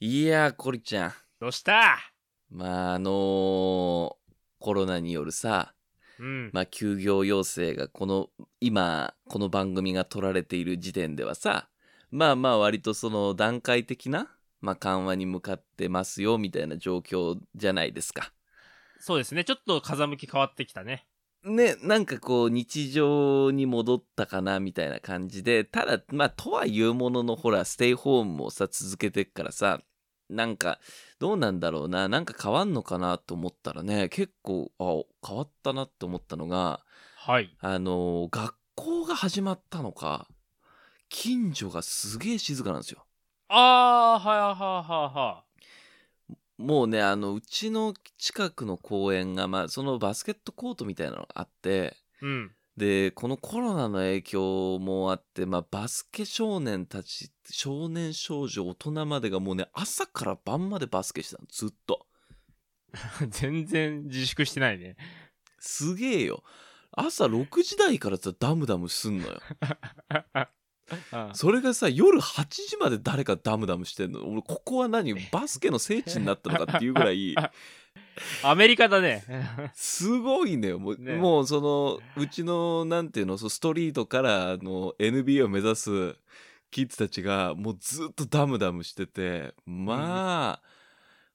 いやー、コリちゃん。どうしたまあ、あのーコロナによるさ、うん。まあ、休業要請がこの、今、この番組が取られている時点ではさ、まあまあ、割とその段階的な、まあ、緩和に向かってますよ、みたいな状況じゃないですか。そうですね。ちょっと風向き変わってきたね。ね、なんかこう日常に戻ったかなみたいな感じでただまあとはいうもののほらステイホームもさ続けてっからさなんかどうなんだろうななんか変わんのかなと思ったらね結構あ変わったなって思ったのがはい。あの学校が始まったのか近所がすげえ静かなんですよ。あー、はいはいはいはもうねあのうちの近くの公園がまあそのバスケットコートみたいなのがあっていはい。うん。でこのコロナの影響もあって、まあ、バスケ少年たち少年少女大人までがもうね朝から晩までバスケしてたのずっと 全然自粛してない ね。すげえよ朝6時台からさダムダムすんのよあそれがさ夜8時まで誰かダムダムしてんの俺ここは何バスケの聖地になったのかっていうぐらいアメリカだね。 すごいねもうねもうそのうちのなんていうのそうストリートからあの NBA を目指すキッズたちがもうずっとダムダムしててまあ、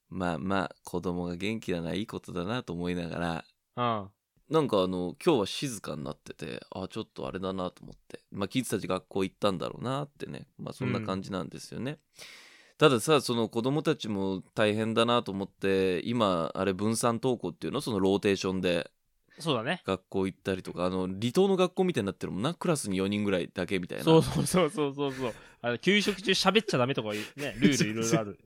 まあまあ子供が元気なのはいいことだなと思いながらうん。なんかあの今日は静かになっててあちょっとあれだなと思ってまあキッズたち学校行ったんだろうなってねまあそんな感じなんですよね、たださその子供たちも大変だなと思って今あれ分散登校っていうのそのローテーションでそうだね。学校行ったりとかあの離島の学校みたいになってるもんなクラスに4人ぐらいだけみたいなそうそうそうそうそうそう。あの給食中喋っちゃダメとかいう ね、ルールいろいろある。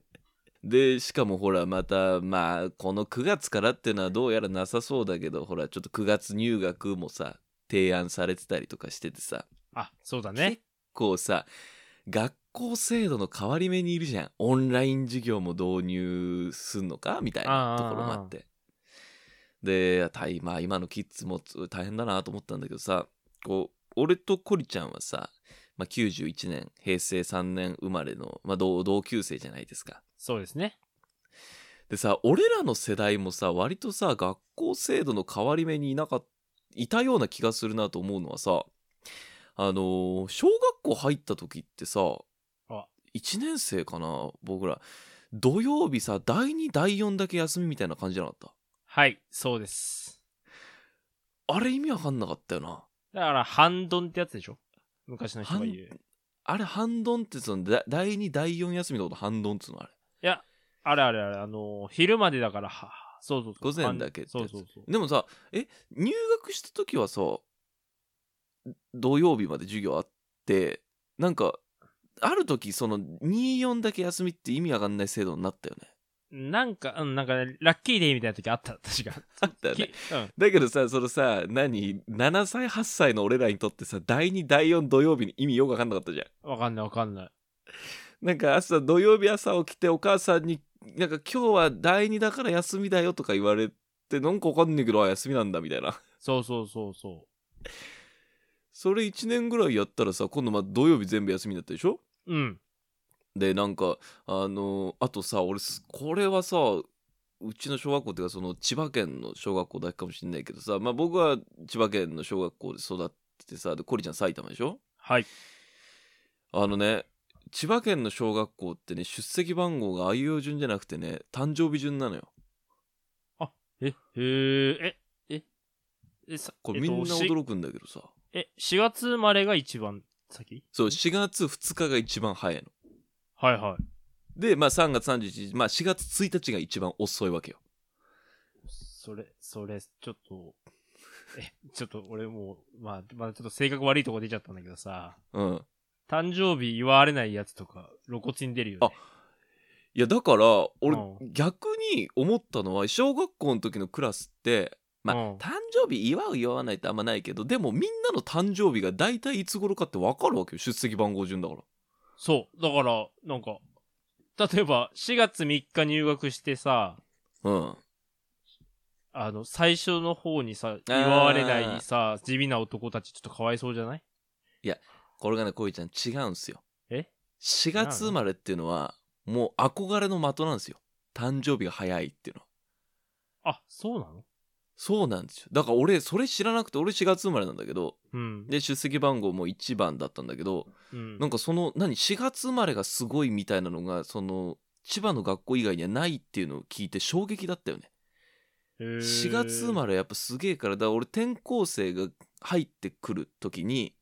でしかもほらまたまあこの9月からっていうのはどうやらなさそうだけどほらちょっと9月入学もさ提案されてたりとかしててさあ、そうだね結。こうさ学校制度の変わり目にいるじゃんオンライン授業も導入すんのかみたいなところもあってで大まあ今のキッズもつ大変だなと思ったんだけどさこう俺とコリちゃんはさ、まあ、91年平成3年生まれの、まあ、同同級生じゃないですかそうですね。でさ俺らの世代もさ割とさ学校制度の変わり目にいなかっいたような気がするなと思うのはさあのー小学校入った時ってさあ1年生かな僕ら土曜日さ第2第4だけ休みみたいな感じじゃなかっはい、そうです。たあれ意味わかんなかったよなだから、半ドンってやつでしょ昔の人が言う。いあれ半ドンってそのだ第2第4休みのこと半ドンっつうのあれや、あれあれあれ、あのー昼までだから、はそうそうそう。午前だけってそやうつそうそう。でもさえ入学した時はさ土曜日まで授業あってなんかある時その24だけ休みって意味わかんない制度になったよね。なんか、うん、なんかね、ラッキーデーみたいな時あった、 確か。あったよね。きうん。だけどさそのさ何7歳8歳の俺らにとってさ第2第4土曜日に意味よくわかんなかったじゃん。わかんないわかんない。なんか朝土曜日朝起きてお母さんに「なんか今日は第2だから休みだよ」とか言われてなんかわかんないけどあ休みなんだみたいな。そうそうそうそそれ1年ぐらいやったらさ今度まあ土曜日全部休みだったでしょう。うん。でなんかあのあとさ俺すこれはさうちの小学校っていうかその千葉県の小学校だけかもしんないけどさまあ僕は千葉県の小学校で育っててさでコリちゃん埼玉でしょはい。あのね千葉県の小学校ってね出席番号があいうえお順じゃなくてね誕生日順なのよえ、へーえ、え、え、さこれみんなえっとし驚くんだけどさ、え、4月生まれが一番先そう4月2日が一番早いのはいはい。でまあ3月31日まあ4月1日が一番遅いわけよそれ、それ、ちょっと、 え、ちょっと俺もう、まあ、まあちょっと性格悪いとこ出ちゃったんだけどさ、うん誕生日祝われないやつとか露骨に出るよね。いやだから俺う逆に思ったのは小学校の時のクラスってまあうん誕生日祝う祝わないってあんまないけどでもみんなの誕生日が大体いつ頃かって分かるわけよ出席番号順だからそう。だから、なんか、例えば4月3日入学してさ、うんあの、最初の方にさ、祝われないさ、地味な男たちちょっとかわいそうじゃないこれがねこいちゃん違うんすよえ4月生まれっていうのはもう憧れの的なんですよ誕生日が早いっていうのはあ、そうなのそうなんですよだから俺それ知らなくて俺4月生まれなんだけどうん。で出席番号も1番だったんだけどうんなんかその何4月生まれがすごいみたいなのがその千葉の学校以外にはないっていうのを聞いて衝撃だったよね4 4月生まれ。れやっぱすげえからだから俺転校生が入ってくる時に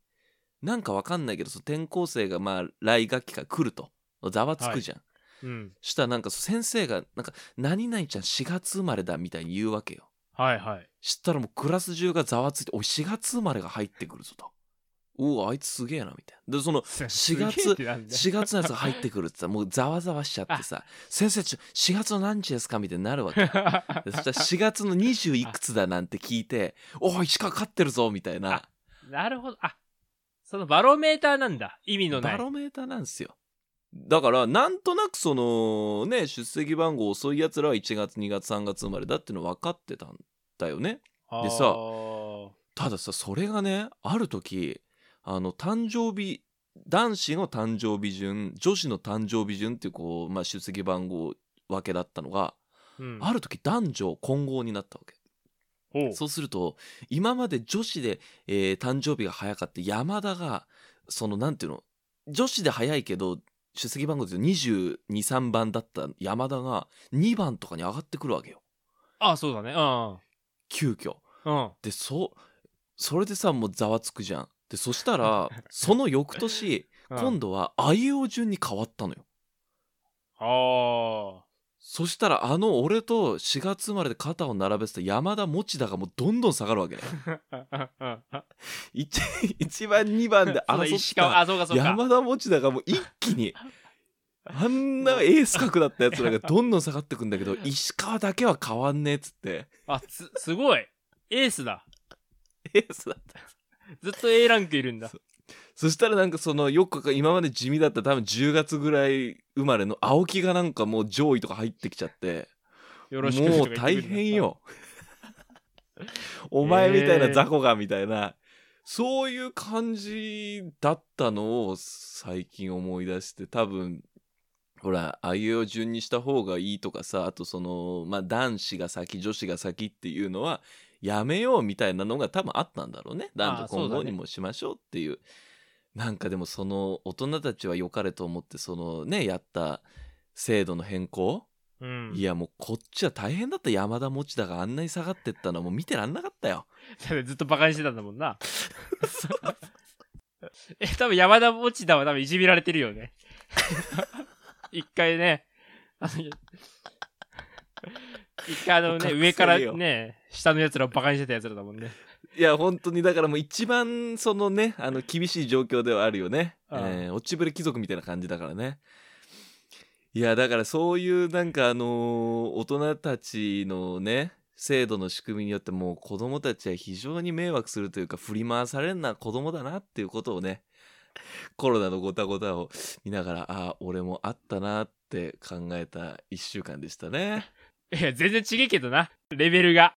なんかわかんないけどその転校生がまあ来学期から来るとざわつくじゃん、うん。したらなんか先生がなんか「何々ちゃん4月生まれだ」みたいに言うわけよはいはい。したらもうクラス中がざわついて「おい4月生まれが入ってくるぞ」と「おおあいつすげえな」みたいなでその4月4月の やつが入ってくるってさもうざわざわしちゃってさ「先生ちょ4月の何日ですか?」みたいになるわけでそ したら4月の20いくつだなんて聞いて「おい鹿勝ってるぞ」みたいななるほど。あ、そのバロメーターなんだ。意味のなバい。ロメーターなんですよだからなんとなくそのね出席番号遅いやつらは1月2月3月生まれだっての分かってたんだよねあーでさたださそれがねある時あの誕生日男子の誕生日順女子の誕生日順っていうこう、まあ、出席番号分けだったのが、うん、ある時男女混合になったわけほうそうすると今まで女子で、えー誕生日が早かった山田がそのなんていうの女子で早いけど出席番号で223番だった山田が2番とかに上がってくるわけよあ、そうだね。う急遽ん。うん。でそそれでさもうざわつくじゃんでそした らその翌年今度。度はあいうえお順に変わったのよあそしたらあの俺と4月生まれで肩を並べてた山田持田がもうどんどん下がるわけねあ。一一番2番であの争っ石た川、あ、 そうかそうか。山田持田がもう一気にあんなエース格だったやつらがどんどん下がってくんだけ ど石川だけは変わんねえっつってあ、す、すごい。エースだ。エースだったずっと A ランクいるんだそ。そしたらなんかそのよくわか今まで地味だった多分10月ぐらい生まれの青木がなんかもう上位とか入ってきちゃってよもろしくとか言っうてくるん大だ変。よ お前みたいな雑魚がみたいな、そういう感じだったのを最近思い出して多分ほらあいうえお順にした方がいいとかさあとそのまあ男子が先女子が先っていうのはやめようみたいなのが多分あったんだろうね男ああ女そ混うだね合にもしましょうっていうなんかでもその大人たちは良かれと思ってそのねやった制度の変更うん。いやもうこっちは大変だった山田持田があんなに下がってったのはもう見てらんなかったよ。 だってずっとバカにしてたんだも んな。 え、多分山田持田は多分いじめられてるよね。 一回ね、あの、一回あの隠せね、るよ上からね、下の奴らをバカにしてた奴らだもんね。いや本当にだからもう一番そのねあの厳しい状況ではあるよね。ああえー落ちぶれ貴族みたいな感じだからね。いやだからそういうなんかあのー大人たちのね制度の仕組みによってもう子供たちは非常に迷惑するというか振り回されるのは子供だなっていうことをねコロナのごたごたを見ながらああ俺もあったなって考えた1週間でしたね。いや、全然違えけどな、レベルが。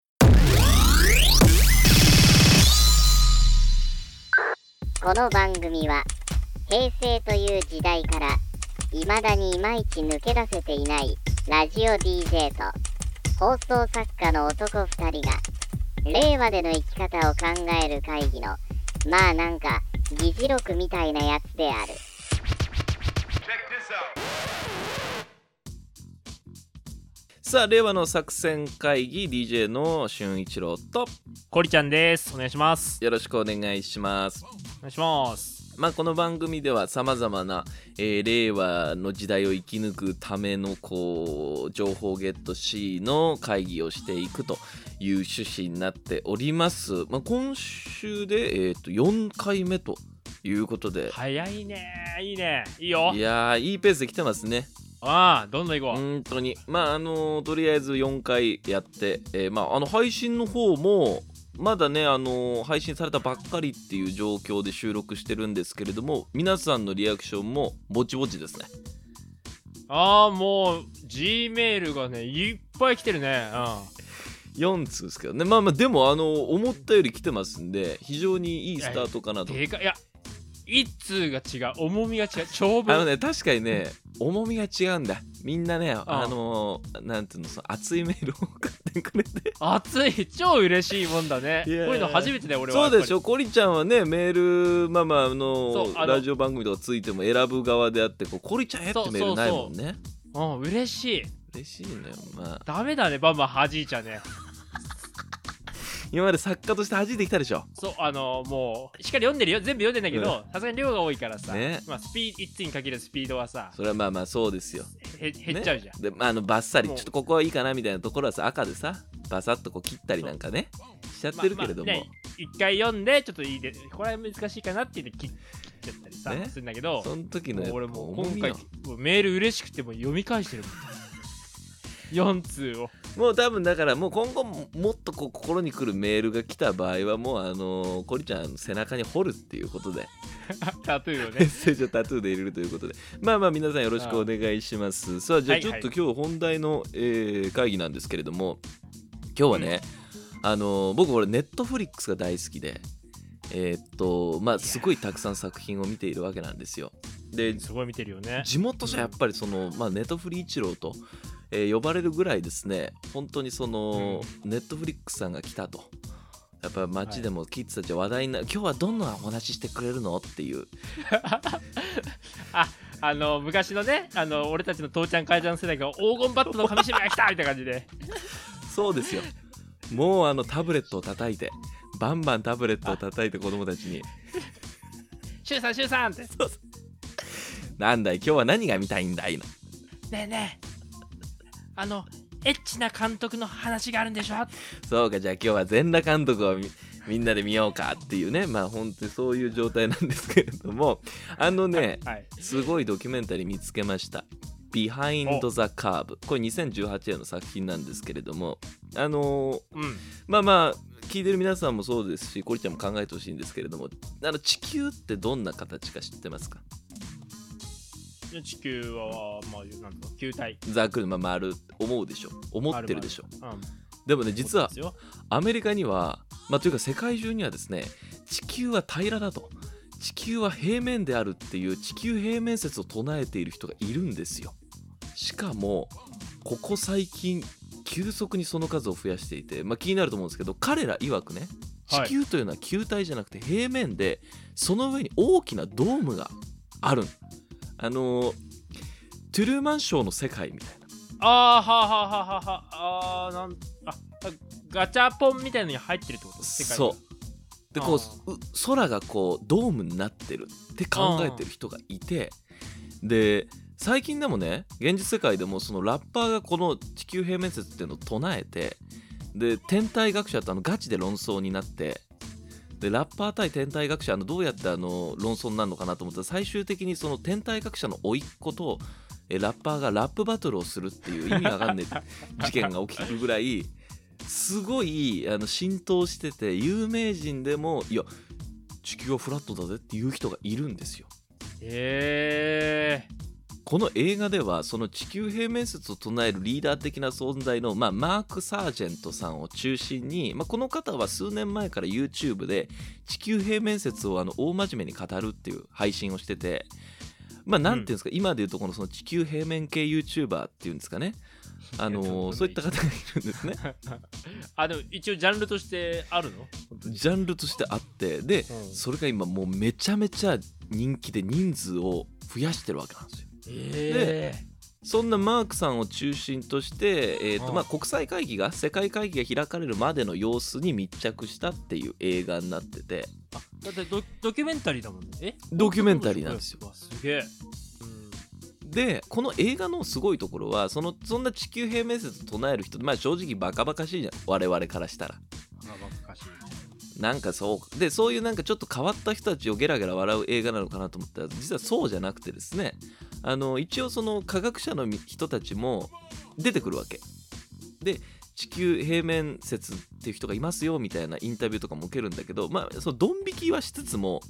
この番組は平成という時代から未だにいまいち抜け出せていないラジオ DJ と放送作家の男2人が令和での生き方を考える会議のまあなんか議事録みたいなやつである。さあ令和の作戦会議 DJ の俊一郎とコリちゃんです。お願いします。よろしくお願いします。お願いします。まあ、この番組ではさまざまな、えー令和の時代を生き抜くためのこう情報ゲット C の会議をしていくという趣旨になっております。まあ、今週で、えー、と4回目ということで、早いねいいねいいよい、やーいいペースで来てますね。ああ、どんどん行こう。本当にまああのとりあえず4回やって、えーまああの配信の方もまだねあの配信されたばっかりっていう状況で収録してるんですけれども皆さんのリアクションもぼちぼちですねああ、もう、G メールがね、いっぱい来てるね。う。4通ですけどねまあまあでもあの思ったより来てますんで非常にいいスタートかなんとでかい、いや、一通が違う、重みが違う、長あの文。ね確かにね重みが違うんだみんなねあのなんていうのその熱いメールを送ってくれて熱い、超嬉しいもんだね。いこうやいやいうの初めてだよ、俺は。そうでしやっょコリちゃんはねメールまあまああそのうあのラジオ番組とかついても選ぶ側であってこうコリちゃんへってそうそうメールないもんねぱり。うん、嬉しい。嬉しいねまあダメだね、バンバン弾いちゃうね。今まで作家として弾いてきたでしょそう、あのもう、しっかり読んでるよ、全部読んでんだけど、さすがに量が多いからさ、ねまあ、スピード、一通にかけるスピードはさ、それはまあまあそうですよへ減っちゃうじゃん。で、まあ、あのバッサリちょもうっとここはいいかなみたいなところはさ赤でさバサッとこう切ったりなんかねしちゃってるけれども、まあまあね一回読んで、ちょっといいで、これは難しいかなって言って切切っちゃったりさ、ねするんだけど、その時のやもうっぱ俺もう重今み回よ、もうメール嬉しくてもう読み返してるもん。4通を。 もう多分だからもう今後ももっとこう心にくるメールが来た場合はもうあのーコリちゃんの背中に掘るっていうことでタトゥーを メッね。セージをタトゥーで入れるということでまあまあ皆さんよろしくお願いしますさあじゃあはいちょはっいと今日本題の、えー会議なんですけれども今日はね、あのー僕これネットフリックスが大好きでえーっとまあすごいたくさん作品を見ているわけなんですよですごい見てるよね。地元じゃやっぱりその、まあ、ネトフリ一郎と、えー呼ばれるぐらいですね本当にその、ネットフリックスさんが来たとやっぱ街でもキッズたちは話題になる、今日はどんなお話してくれるのっていうあ、あの、昔のね、あの、俺たちの父ちゃん、母ちゃん世代が黄金バットの紙芝居が来たみたいな感じで。そうですよもうあのタブレットを叩いてバンバンタブレットを叩いて子供たちにシュウさん、シュウさんって。ね「なんだい今日は何が見たいんだい?」なえねえ。あの、エッチな監督の話があるんでしょそうかじゃあ今日は全裸監督をみみんなで見ようかっていうねまあ本当にそういう状態なんですけれどもあのねはい。すごいドキュメンタリー見つけました。Behind the Curve これ2018年の作品なんですけれどもあのーうん。まあまあ聞いてる皆さんもそうですしコリちゃんも考えてほしいんですけれどもあの地球ってどんな形か知ってますか地球は、まあ、なんだろう球体。ざっくりまあ丸思うでしょ思ってるでしょうん。でもね実はそうですよアメリカにはまあというか世界中にはですね地球は平らだと地球は平面であるっていう地球平面説を唱えている人がいるんですよしかもここ最近急速にその数を増やしていて、まあ、気になると思うんですけど彼ら曰くねは地い球というのは球体じゃなくて平面でその上に大きなドームがあるあのートゥルーマンショーの世界みたいなあーはあはあはあはああーなんあガチャポンみたいのに入ってるってこと世界そうでこあうう空がこうドームになってるって考えてる人がいてで最近でもね現実世界でもそのラッパーがこの地球平面説っていうのを唱えてで天体学者とあのガチで論争になってでラッパー対天体学者あのどうやってあの論争になるのかなと思ったら最終的にその天体学者の甥っ子とえラッパーがラップバトルをするっていう意味わかんねえ事件が起きるぐらいすごいあの浸透してて有名人でもいや地球はフラットだぜっていう人がいるんですよ。へえこの映画ではその地球平面説を唱えるリーダー的な存在の、まあ、マーク・サージェントさんを中心に、まあ、この方は数年前から YouTube で地球平面説をあの大真面目に語るっていう配信をしてて。まあ、なんていうんですか、今でいうとこのその地球平面系 YouTuber っていうんですかね、あいやとんでものないそういった方がいるん ですねあでも一応ジャンルとしてあるのジャンルとしてあってで、うんそれが今もうめちゃめちゃ人気で人数を増やしてるわけなんですよへえそんなマークさんを中心として、えーとうんまあ、国際会議が世界会議が開かれるまでの様子に密着したっていう映画になっててだってドドキュメンタリーだもんねえドキュメンタリーなんですよよすげえ、うんでこの映画のすごいところはそのそんな地球平面説を唱える人、まあ、正直バカバカしいじゃん我々からしたらあばっかしいなんかそうでそういうなんかちょっと変わった人たちをゲラゲラ笑う映画なのかなと思ったら実はそうじゃなくてですねあの一応その科学者の人たちも出てくるわけで地球平面説っていう人がいますよみたいなインタビューとかも受けるんだけどまあそのドン引きはしつつも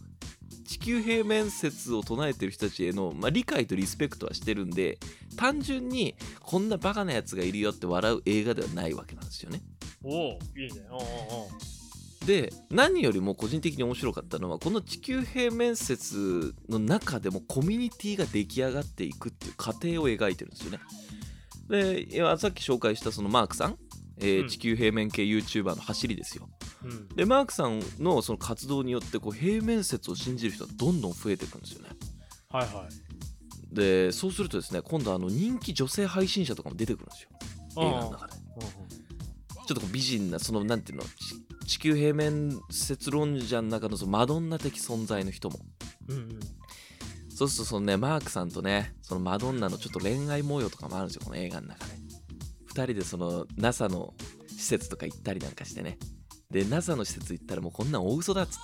地球平面説を唱えてる人たちへの、まあ、理解とリスペクトはしてるんで単純にこんなバカなやつがいるよって笑う映画ではないわけなんですよねおおいいねおうおうおうで何よりも個人的に面白かったのはこの地球平面説の中でもコミュニティが出来上がっていくっていう過程を描いてるんですよね。でいやさっき紹介したそのマークさん、えーうん地球平面系 YouTuber の走りですよ。うん。でマークさんのその活動によってこう平面説を信じる人はどんどん増えていくんですよね。はいはでそうするとですね今度あの人気女性配信者とかも出てくるんですよ映画のい。中で。ちょっとこう美人なそのなんていうのち地球平面説論者の中のそのマドンナ的存在の人もうんうん。うんうん。そうするとそのねマークさんとねそのマドンナのちょっと恋愛模様とかもあるんですよこの映画の中で2人でその NASA の施設とか行ったりなんかしてねで NASA の施設行ったらもうこんなん大嘘だっつって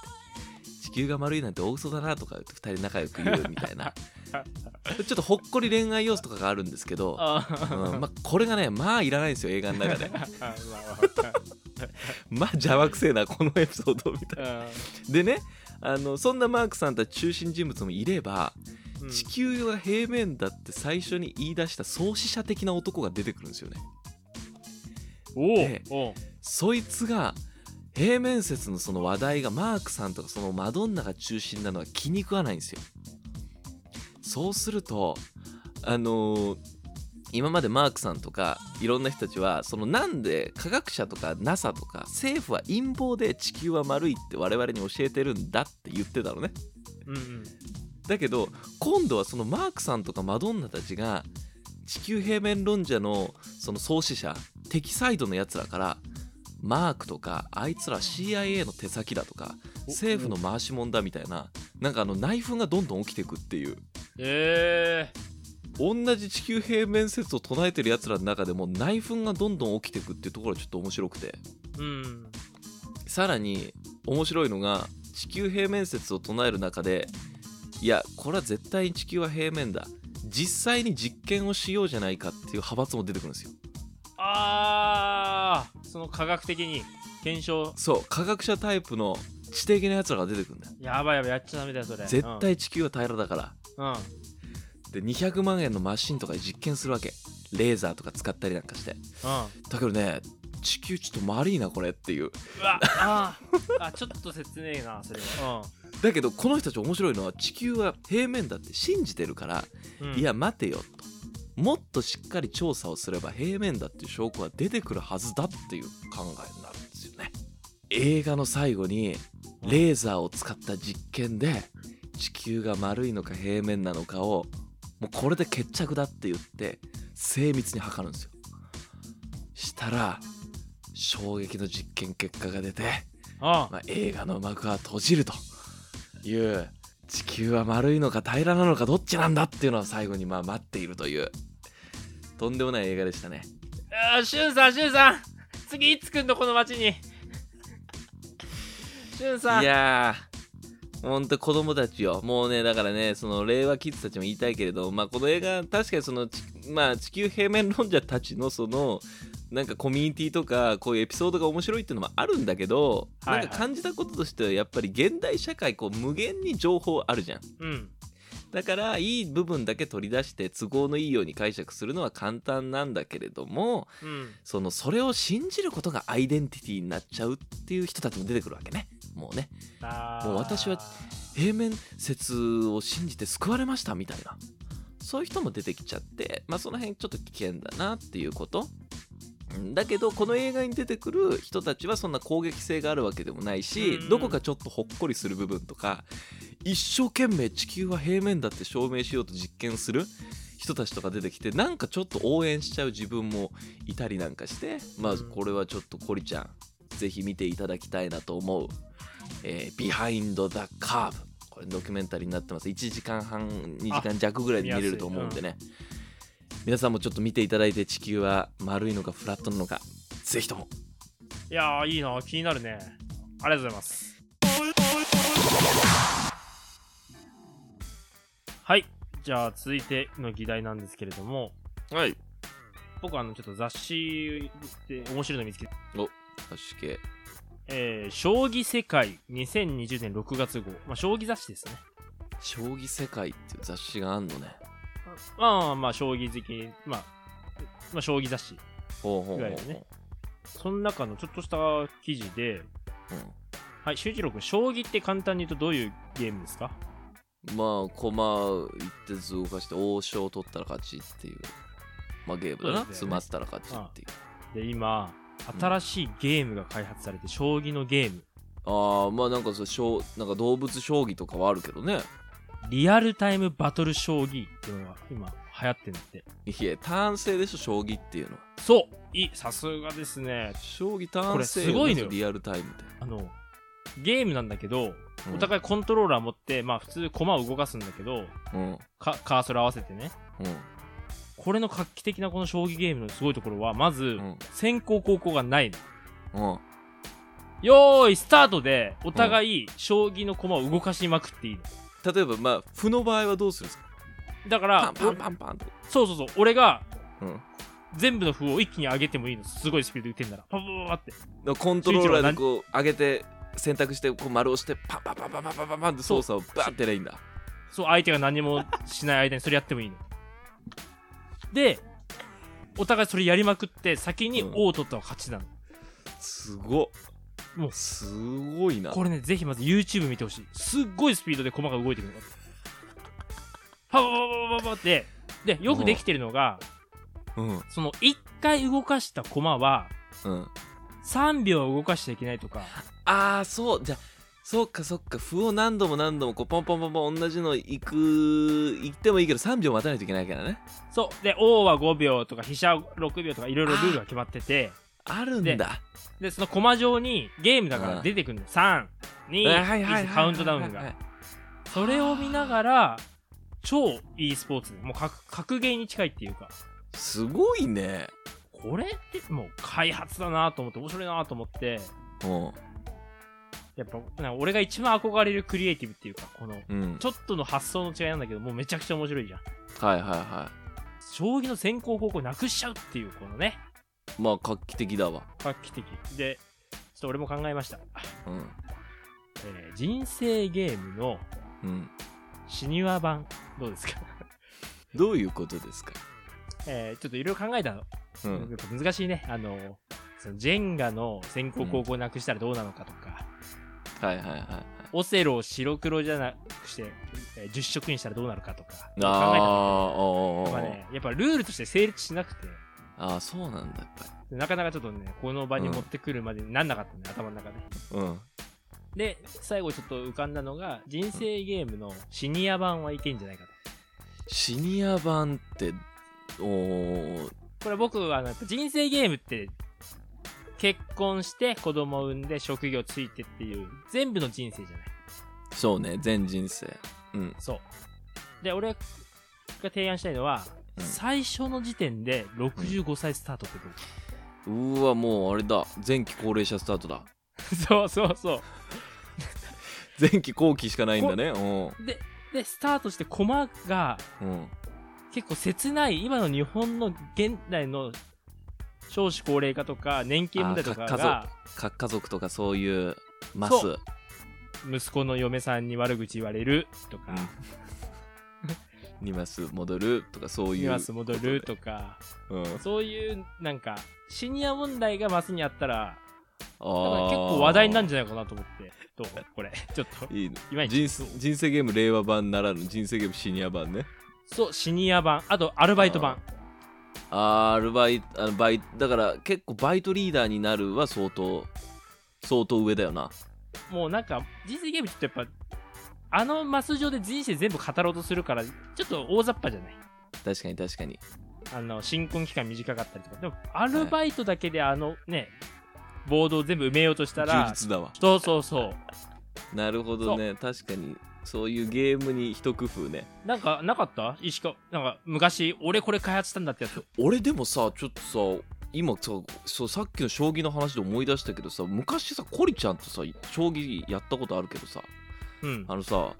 地球が丸いなんて大嘘だなとか言って2人仲良く言うみたいな ちょっとほっこり恋愛要素とかがあるんですけど、 ああ。うんまあ、これがねまあいらないんですよ映画の中 でまあ邪魔くせえなこのエピソードみたいなでねあのそんなマークさんたち中心人物もいればうん地球が平面だって最初に言い出した創始者的な男が出てくるんですよねでおお。そいつが平面説のその話題がマークさんとかそのマドンナが中心なのは気に食わないんですよそうするとあのー今までマークさんとかいろんな人たちはそのなんで科学者とか NASA とか政府は陰謀で地球は丸いって我々に教えてるんだって言ってたのねうんうん。だけど今度はそのマークさんとかマドンナたちが地球平面論者のその創始者敵サイドのやつらからマークとかあいつら CIA の手先だとかお政府の回しもんだみたいななんかあの内紛がどんどん起きてくっていうえ同じ地球平面説を唱えてるやつらの中でも内紛がどんどん起きてくっていうところがちょっと面白くてえ。うん。さらに面白いのが地球平面説を唱える中でいやこれは絶対に地球は平面だ実際に実験をしようじゃないかっていう派閥も出てくるんですよああ。その科学的に検証。そう科学者タイプの知的なやつらが出てくるんだよやばいやばいやっちゃダメだよそれ。絶。対地球は平らだからうん。で200万円のマシンとかで実験するわけレーザーとか使ったりなんかしてう。だけどね地球ちょっと丸いなこれっていうんうわ。あーあ。ちょっと切ねえなそれは。だけどこの人たち面白いのは地球は平面だって信じてるからうん。うんいや。待てよともっとしっかり調査をすれば平面だっていう証拠は出てくるはずだっていう考えになるんですよね映画の最後にレーザーを使った実験で地球が丸いのか平面なのかをもうこれで決着だって言って精密に測るんですよしたら衝撃の実験結果が出て、あまあ、映画の幕は閉じるという地球は丸いのか平らなのかどっちなんだっていうのを最後にまあ待っているというとんでもない映画でしたねあー。しゅんさんしゅんさん。次いつ来んのこの町に。しゅんさん。いやーほんと子供たちよもうねだからねその令和キッズたちも言いたいけれど、まあ、この映画確かにそのち、まあ、地球平面論者たちのそのなんかコミュニティとかこういうエピソードが面白いっていうのもあるんだけど、はいはないんか感じたこととしてはやっぱり現代社会こう無限に情報あるじゃんうん。だからいい部分だけ取り出して都合のいいように解釈するのは簡単なんだけれどもうん。そのそれを信じることがアイデンティティになっちゃうっていう人たちも出てくるわけねもうねあーもう私は平面説を信じて救われましたみたいなそういう人も出てきちゃってまあその辺ちょっと危険だなっていうことうんだけどこの映画に出てくる人たちはそんな攻撃性があるわけでもないし、うんうんどこかちょっとほっこりする部分とか一生懸命地球は平面だって証明しようと実験する人たちとか出てきてなんかちょっと応援しちゃう自分もいたりなんかしてまあうんこれはちょっとコリちゃんぜひ見ていただきたいなと思う「えー、ビハインド・ザ・カーブ」これドキュメンタリーになってます1時間半2時間弱ぐらいで見れると思うんでね、皆さんもちょっと見ていただいて地球は丸いのかフラットなのかぜひともいやーいいな気になるねありがとうございますはいじゃあ続いての議題なんですけれどもはい僕あのちょっと雑誌で面白いの見つけて、そしてえー将棋世界2020年6月号、まあ、将棋雑誌ですね「将棋世界」っていう雑誌があんのねまあまあまあ将棋好き、まあ、まあ将棋雑誌ほうほうほういわゆるねその中のちょっとした記事でほう、はい、修一郎君、将棋って簡単に言うとどういうゲームですかまあ駒行って図動かして王将取ったら勝ちっていう、まあ、ゲームだなそうです詰よねまったら勝ちっていうで、今、新しいゲームが開発されて、将棋のゲーム、ああまあなんかそう将なんか動物将棋とかはあるけどねリアルタイムバトル将棋っていうのが今、流行ってるんだって。いや単性でしょ将棋っていうのはそういいさすがですね。将棋単これ性すごいのよリアルタイムで、あの、ゲームなんだけど、うん、お互いコントローラー持って、まあ普通駒を動かすんだけど、うんうんかカーソル合わせてね。これの画期的なこの将棋ゲームのすごいところは、まず、ん先行後攻がないの。うんよーい、スタートで、お互い、将棋の駒を動かしまくっていいの。例えばまあ歩の場合はどうするんですかだパからン、パンパンパンとそうそうそう、俺が、うんだか全部の歩を一気に上げてもいいの。すごいスピードで打てんなら。パパパパって。らコントローラーでこう上げて選択してこう丸押してパンパンパンパンパンパンパンパンって操作をバーってやればいいんだそう、相手が何もしない間にそれやってもいいの。で、お互いそれやりまくって、先にうん王を取ったら勝ちなの。すごっもうすごいなこれね、ぜひまず YouTube 見てほしい。すっごいスピードで駒が動いてくるの。パパパパパパって。で、よくできてるのが、うんうんその1回動かした駒は、3秒は動かしちゃいけないとか、ああそうじゃあそっかそっか歩を何度も何度もこうポンポンポンポン同じの行く行ってもいいけど3秒待たないといけないからねそう。で、王は5秒とか、飛車6秒とか、いろいろルールが決まってて、あるんだで、その駒上にゲームだから出てくるの。3、2、あはいはいはいはい1カウントダウンはいがは。それを見ながら、超 e スポーツで、もう格格ゲーに近いっていうか、いすごいねこれってもう開発だなと思って、面白いなと思って、うんやっぱ、なんか俺が一番憧れるクリエイティブっていうか、この、うんちょっとの発想の違いなんだけど、もうめちゃくちゃ面白いじゃん。はいはいは将棋の先行後攻なくしちゃうっていう、このね、いまあ画期的だわ画期的。で、ちょっと俺も考えました。うんえー人生ゲームのうんシニア版、どうですか、 どういうことですかえーちょっといろいろ考えたの。うやんっぱ難しいね。あの、そのジェンガの先行後攻なくしたらどうなのかとか、はいはいはオセロを白黒じゃなくして、えー10色にしたらどうなるかとか、考えいたの。あやっぱーね、やっぱルールとして成立しなくて、あーそうなんだやっぱでなかなかちょっとね、この場に持ってくるまでになんなかったね、頭の中で。りうんで、最後ちょっと浮かんだのが、人生ゲームのシニア版はいけんじゃないかと。シニア版っておーこれ僕はあのやっぱ人生ゲームって結婚して子供産んで職業ついてっていう全部の人生じゃないそうね全人生うんそうで俺が提案したいのは、うん最初の時点で65歳スタートってこと、うーわもうあれだ前期高齢者スタートだ そうそうそ前期後期しかないんだねううででスタートして駒がんうん結構切ない今の日本の現代の少子高齢化とか年金問題とかあーが核家族とかそういうマスそう息子の嫁さんに悪口言われるとか、 2マス戻るとかそういうニュアンス戻るとかうん、あそういう、なんか、シニア問題がマスにあったら、だからあ結構話題になるんじゃないかなと思って、どうこれ、 ちょっと、いいねいまいち。人生人生ゲーム令和版ならぬ人生ゲームシニア版ねそう、シニア版、あとアルバイト版。あーアルバイあのバイだから結構バイトリーダーになるは相当相当上だよなもうなんか、人生ゲームちょっとやっぱ、あのマス上で人生全部語ろうとするから、ちょっと大雑把じゃない確かに確かにあの、新婚期間短かったりとか。でも、アルバイトだけであのね、ボードを全部埋めようとした充ら、実だわそうそうそう。なるほどね確かにそういうゲームに一工夫ねなんか、なかった石川、なんか、昔、俺これ開発したんだってやつ。俺でもさちょっとさ今さそうさっきの将棋の話で思い出したけどさ昔さコリちゃんとさ将棋やったことあるけどさうん。あのさ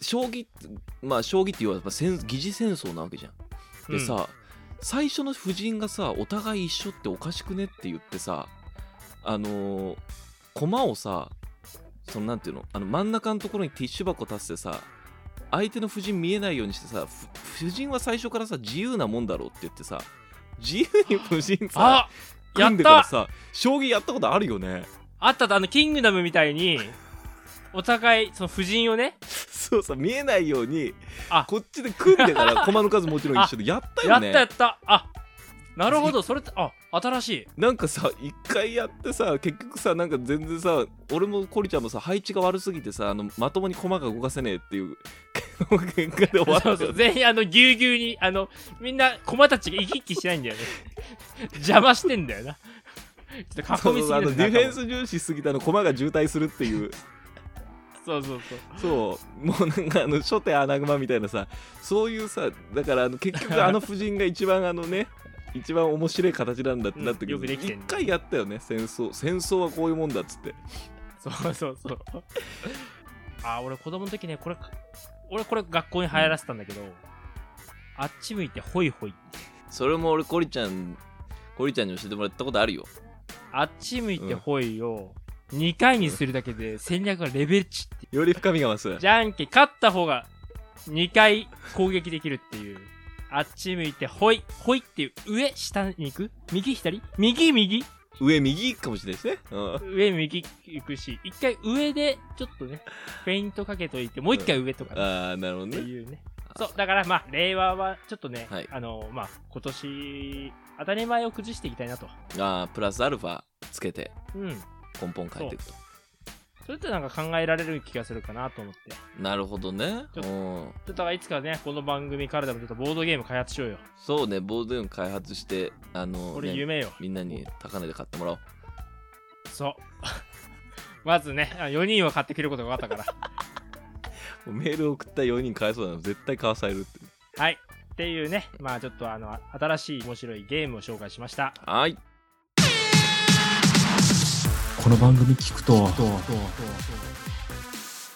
将棋ってまあ将棋って言われば戦疑似戦争なわけじゃん。でさ、最初の夫人がさお互い一緒っておかしくねって言ってさあのー駒をさそのなんていうのあの真ん中のところにティッシュ箱足してさ相手の夫人見えないようにしてさふ夫人は最初からさ自由なもんだろうって言ってさ自由に夫人さあや組っんでからたさ将棋やったことあるよね あったと、あの、キングダムみたいに、お互い、その、夫人をね、そうさ見えないようにあこっちで組んでから駒の数もちろん一緒でやったやよったやねった。あ、なるほど、それって、あ、新しい。なんかさ一回やってさ結局さなんか全然さ俺もコリちゃんもさ配置が悪すぎてさあのまともに駒が動かせねえっていう喧嘩で終わったそようそうね全員あのぎゅうぎゅうにあのみんな駒たちが生き生きしないんだよね邪魔してんだよなちょっとそう囲みそうすぎあるのディフェンス重視しすぎたの駒が渋滞するっていうそうそうそうそうもうなんかあの初手穴熊みたいなさそういうさだからあの結局あの夫人が一番あの ね一番面白い形なんだってなったけうんよどくできて一んね回やったよね戦争戦争はこういうもんだっつってそうそうそうあ俺子供の時ねこれ俺これ学校に流行らせたんだけど、あっち向いてホイホイそれも俺コリちゃんコリちゃんに教えてもらったことあるよあっち向いてホイを2回にするだけで戦略がレベチってより深みが増すじゃんけん勝った方が2回攻撃できるっていうあっち向いてホイホイっていう上下に行く右左右右上右かもしれないしね、うん、上右行くし、一回上でちょっとね、フェイントかけといて、もう一回上とかね、ああなるほどってねいうね。そう、だからまあ、令和はちょっとね、はいあの、まあ、今年、当たり前を崩していきたいなと。ああプラスアルファつけてうん。根本変えていくとそれってなんか考えられる気がするかなと思って。ちょなるほどねちょっとうんっとだからいつかね、この番組からでもちょっとボードゲーム開発しようよ。そうねボードゲーム開発してあの、これね夢よ。みんなに高値で買ってもらおうそう。 まずね、4人は買ってくれることが分かったから。もうメール送った4人返そうなの絶対買わされるってはい。っていうね、まあちょっとあの、新しい面白いゲームを紹介しました。はいこの番組聞くと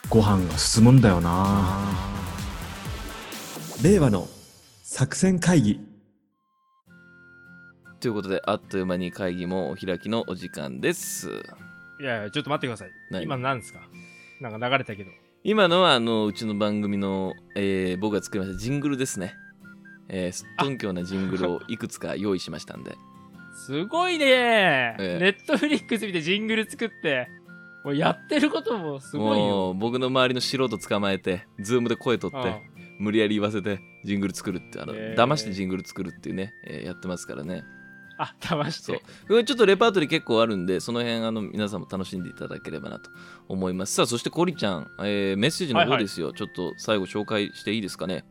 ご飯が進むんだよな令和の作戦会議ということであっという間に会議もお開きのお時間ですいやいや、ちょっと待ってください。何今の何ですかなんか流れたけど。今のはあのうちの番組の、えー僕が作りましたジングルですねえー、すっとんきょうなジングルをいくつか用意しましたんですごいね、ええネットフリックス見てジングル作って、もうやってることもすごいよ。もう僕の周りの素人捕まえてズームで声取ってうん無理やり言わせてジングル作るってあの、えー騙してジングル作るっていうね、えーやってますからねあ、騙しそうて。これちょっとレパートリー結構あるんでその辺あの皆さんも楽しんでいただければなと思いますさあそしてコリちゃん、えーメッセージのはい方はいですよ、ちょっと最後紹介していいですかね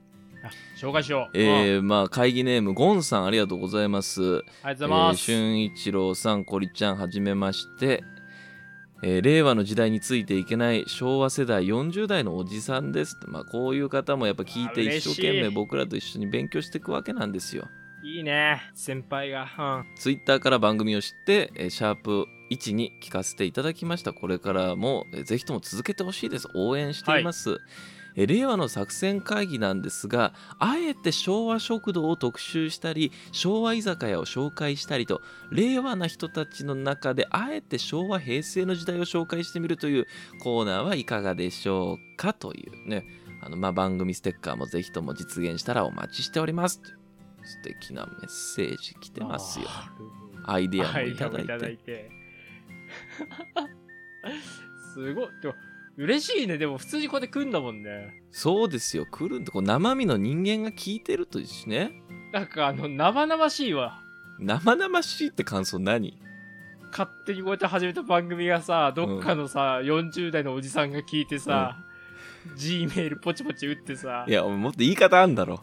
あ紹介しよう、うんえーまあ会議ネームゴンさんありがとうございますありがとうございます。えー俊一郎さんコリちゃんはじめまして、えー令和の時代についていけない昭和世代40代のおじさんですまあこういう方もやっぱ聞いてあ嬉しい一生懸命僕らと一緒に勉強していくわけなんですよいいね。先輩が。うんツイッターから番組を知って、えーシャープ1に聞かせていただきました。これからも、えーぜひとも続けてほしいです。応援しています。えー令和の作戦会議なんですがあえて昭和食堂を特集したり昭和居酒屋を紹介したりと令和な人たちの中であえて昭和平成の時代を紹介してみるというコーナーはいかがでしょうかというねあの、まあ、番組ステッカーもぜひとも実現したらお待ちしておりますという素敵なメッセージ来てますよ。あアイディーアもアイいデたアもだいいてただいて。 すごい。でも、嬉しいね。でも、普通にこうやって来んだもんね。そうですよ来るんでこう生身の人間が聞いてるとですねなんか、あの、生々しいわ。生々しいって感想何勝手にこうやって始めた番組がさどっかのさ、40代のおじさんが聞いてさ、G メールポチポチ打ってさいやもっと言い方あんだろ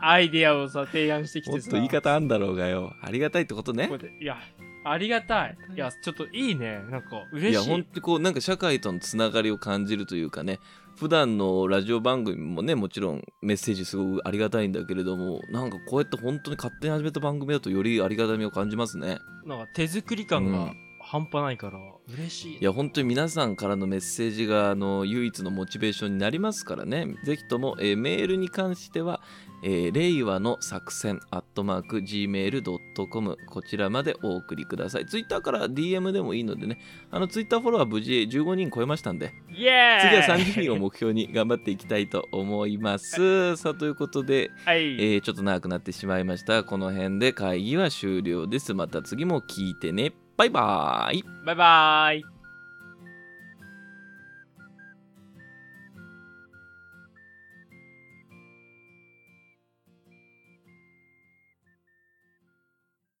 アイデアをさ提案してきもってとさ言い方あんだろうがよありがたいってことねこうやっていやありがたいいやちょっといいねなんかいや嬉しい本当にこうなんか社会とのつながりを感じるというかね普段のラジオ番組もねもちろんメッセージすごくありがたいんだけれどもなんかこうやって本当に勝手に始めた番組だとよりありがたみを感じますねなんか手作り感うがん半端ないから、嬉しいいや本当に皆さんからのメッセージがあの唯一のモチベーションになりますからねぜひとも、えーメールに関しては、えー令和の作戦アットマーク gmail.com こちらまでお送りくださいツイッターから DM でもいいのでねあのツイッターフォロワー無事15人超えましたんでイエ次はーイ30人を目標に頑張っていきたいと思います さあということで、はい、えーちょっと長くなってしまいましたこの辺で会議は終了ですまた次も聞いてねバイバーイバイバーイ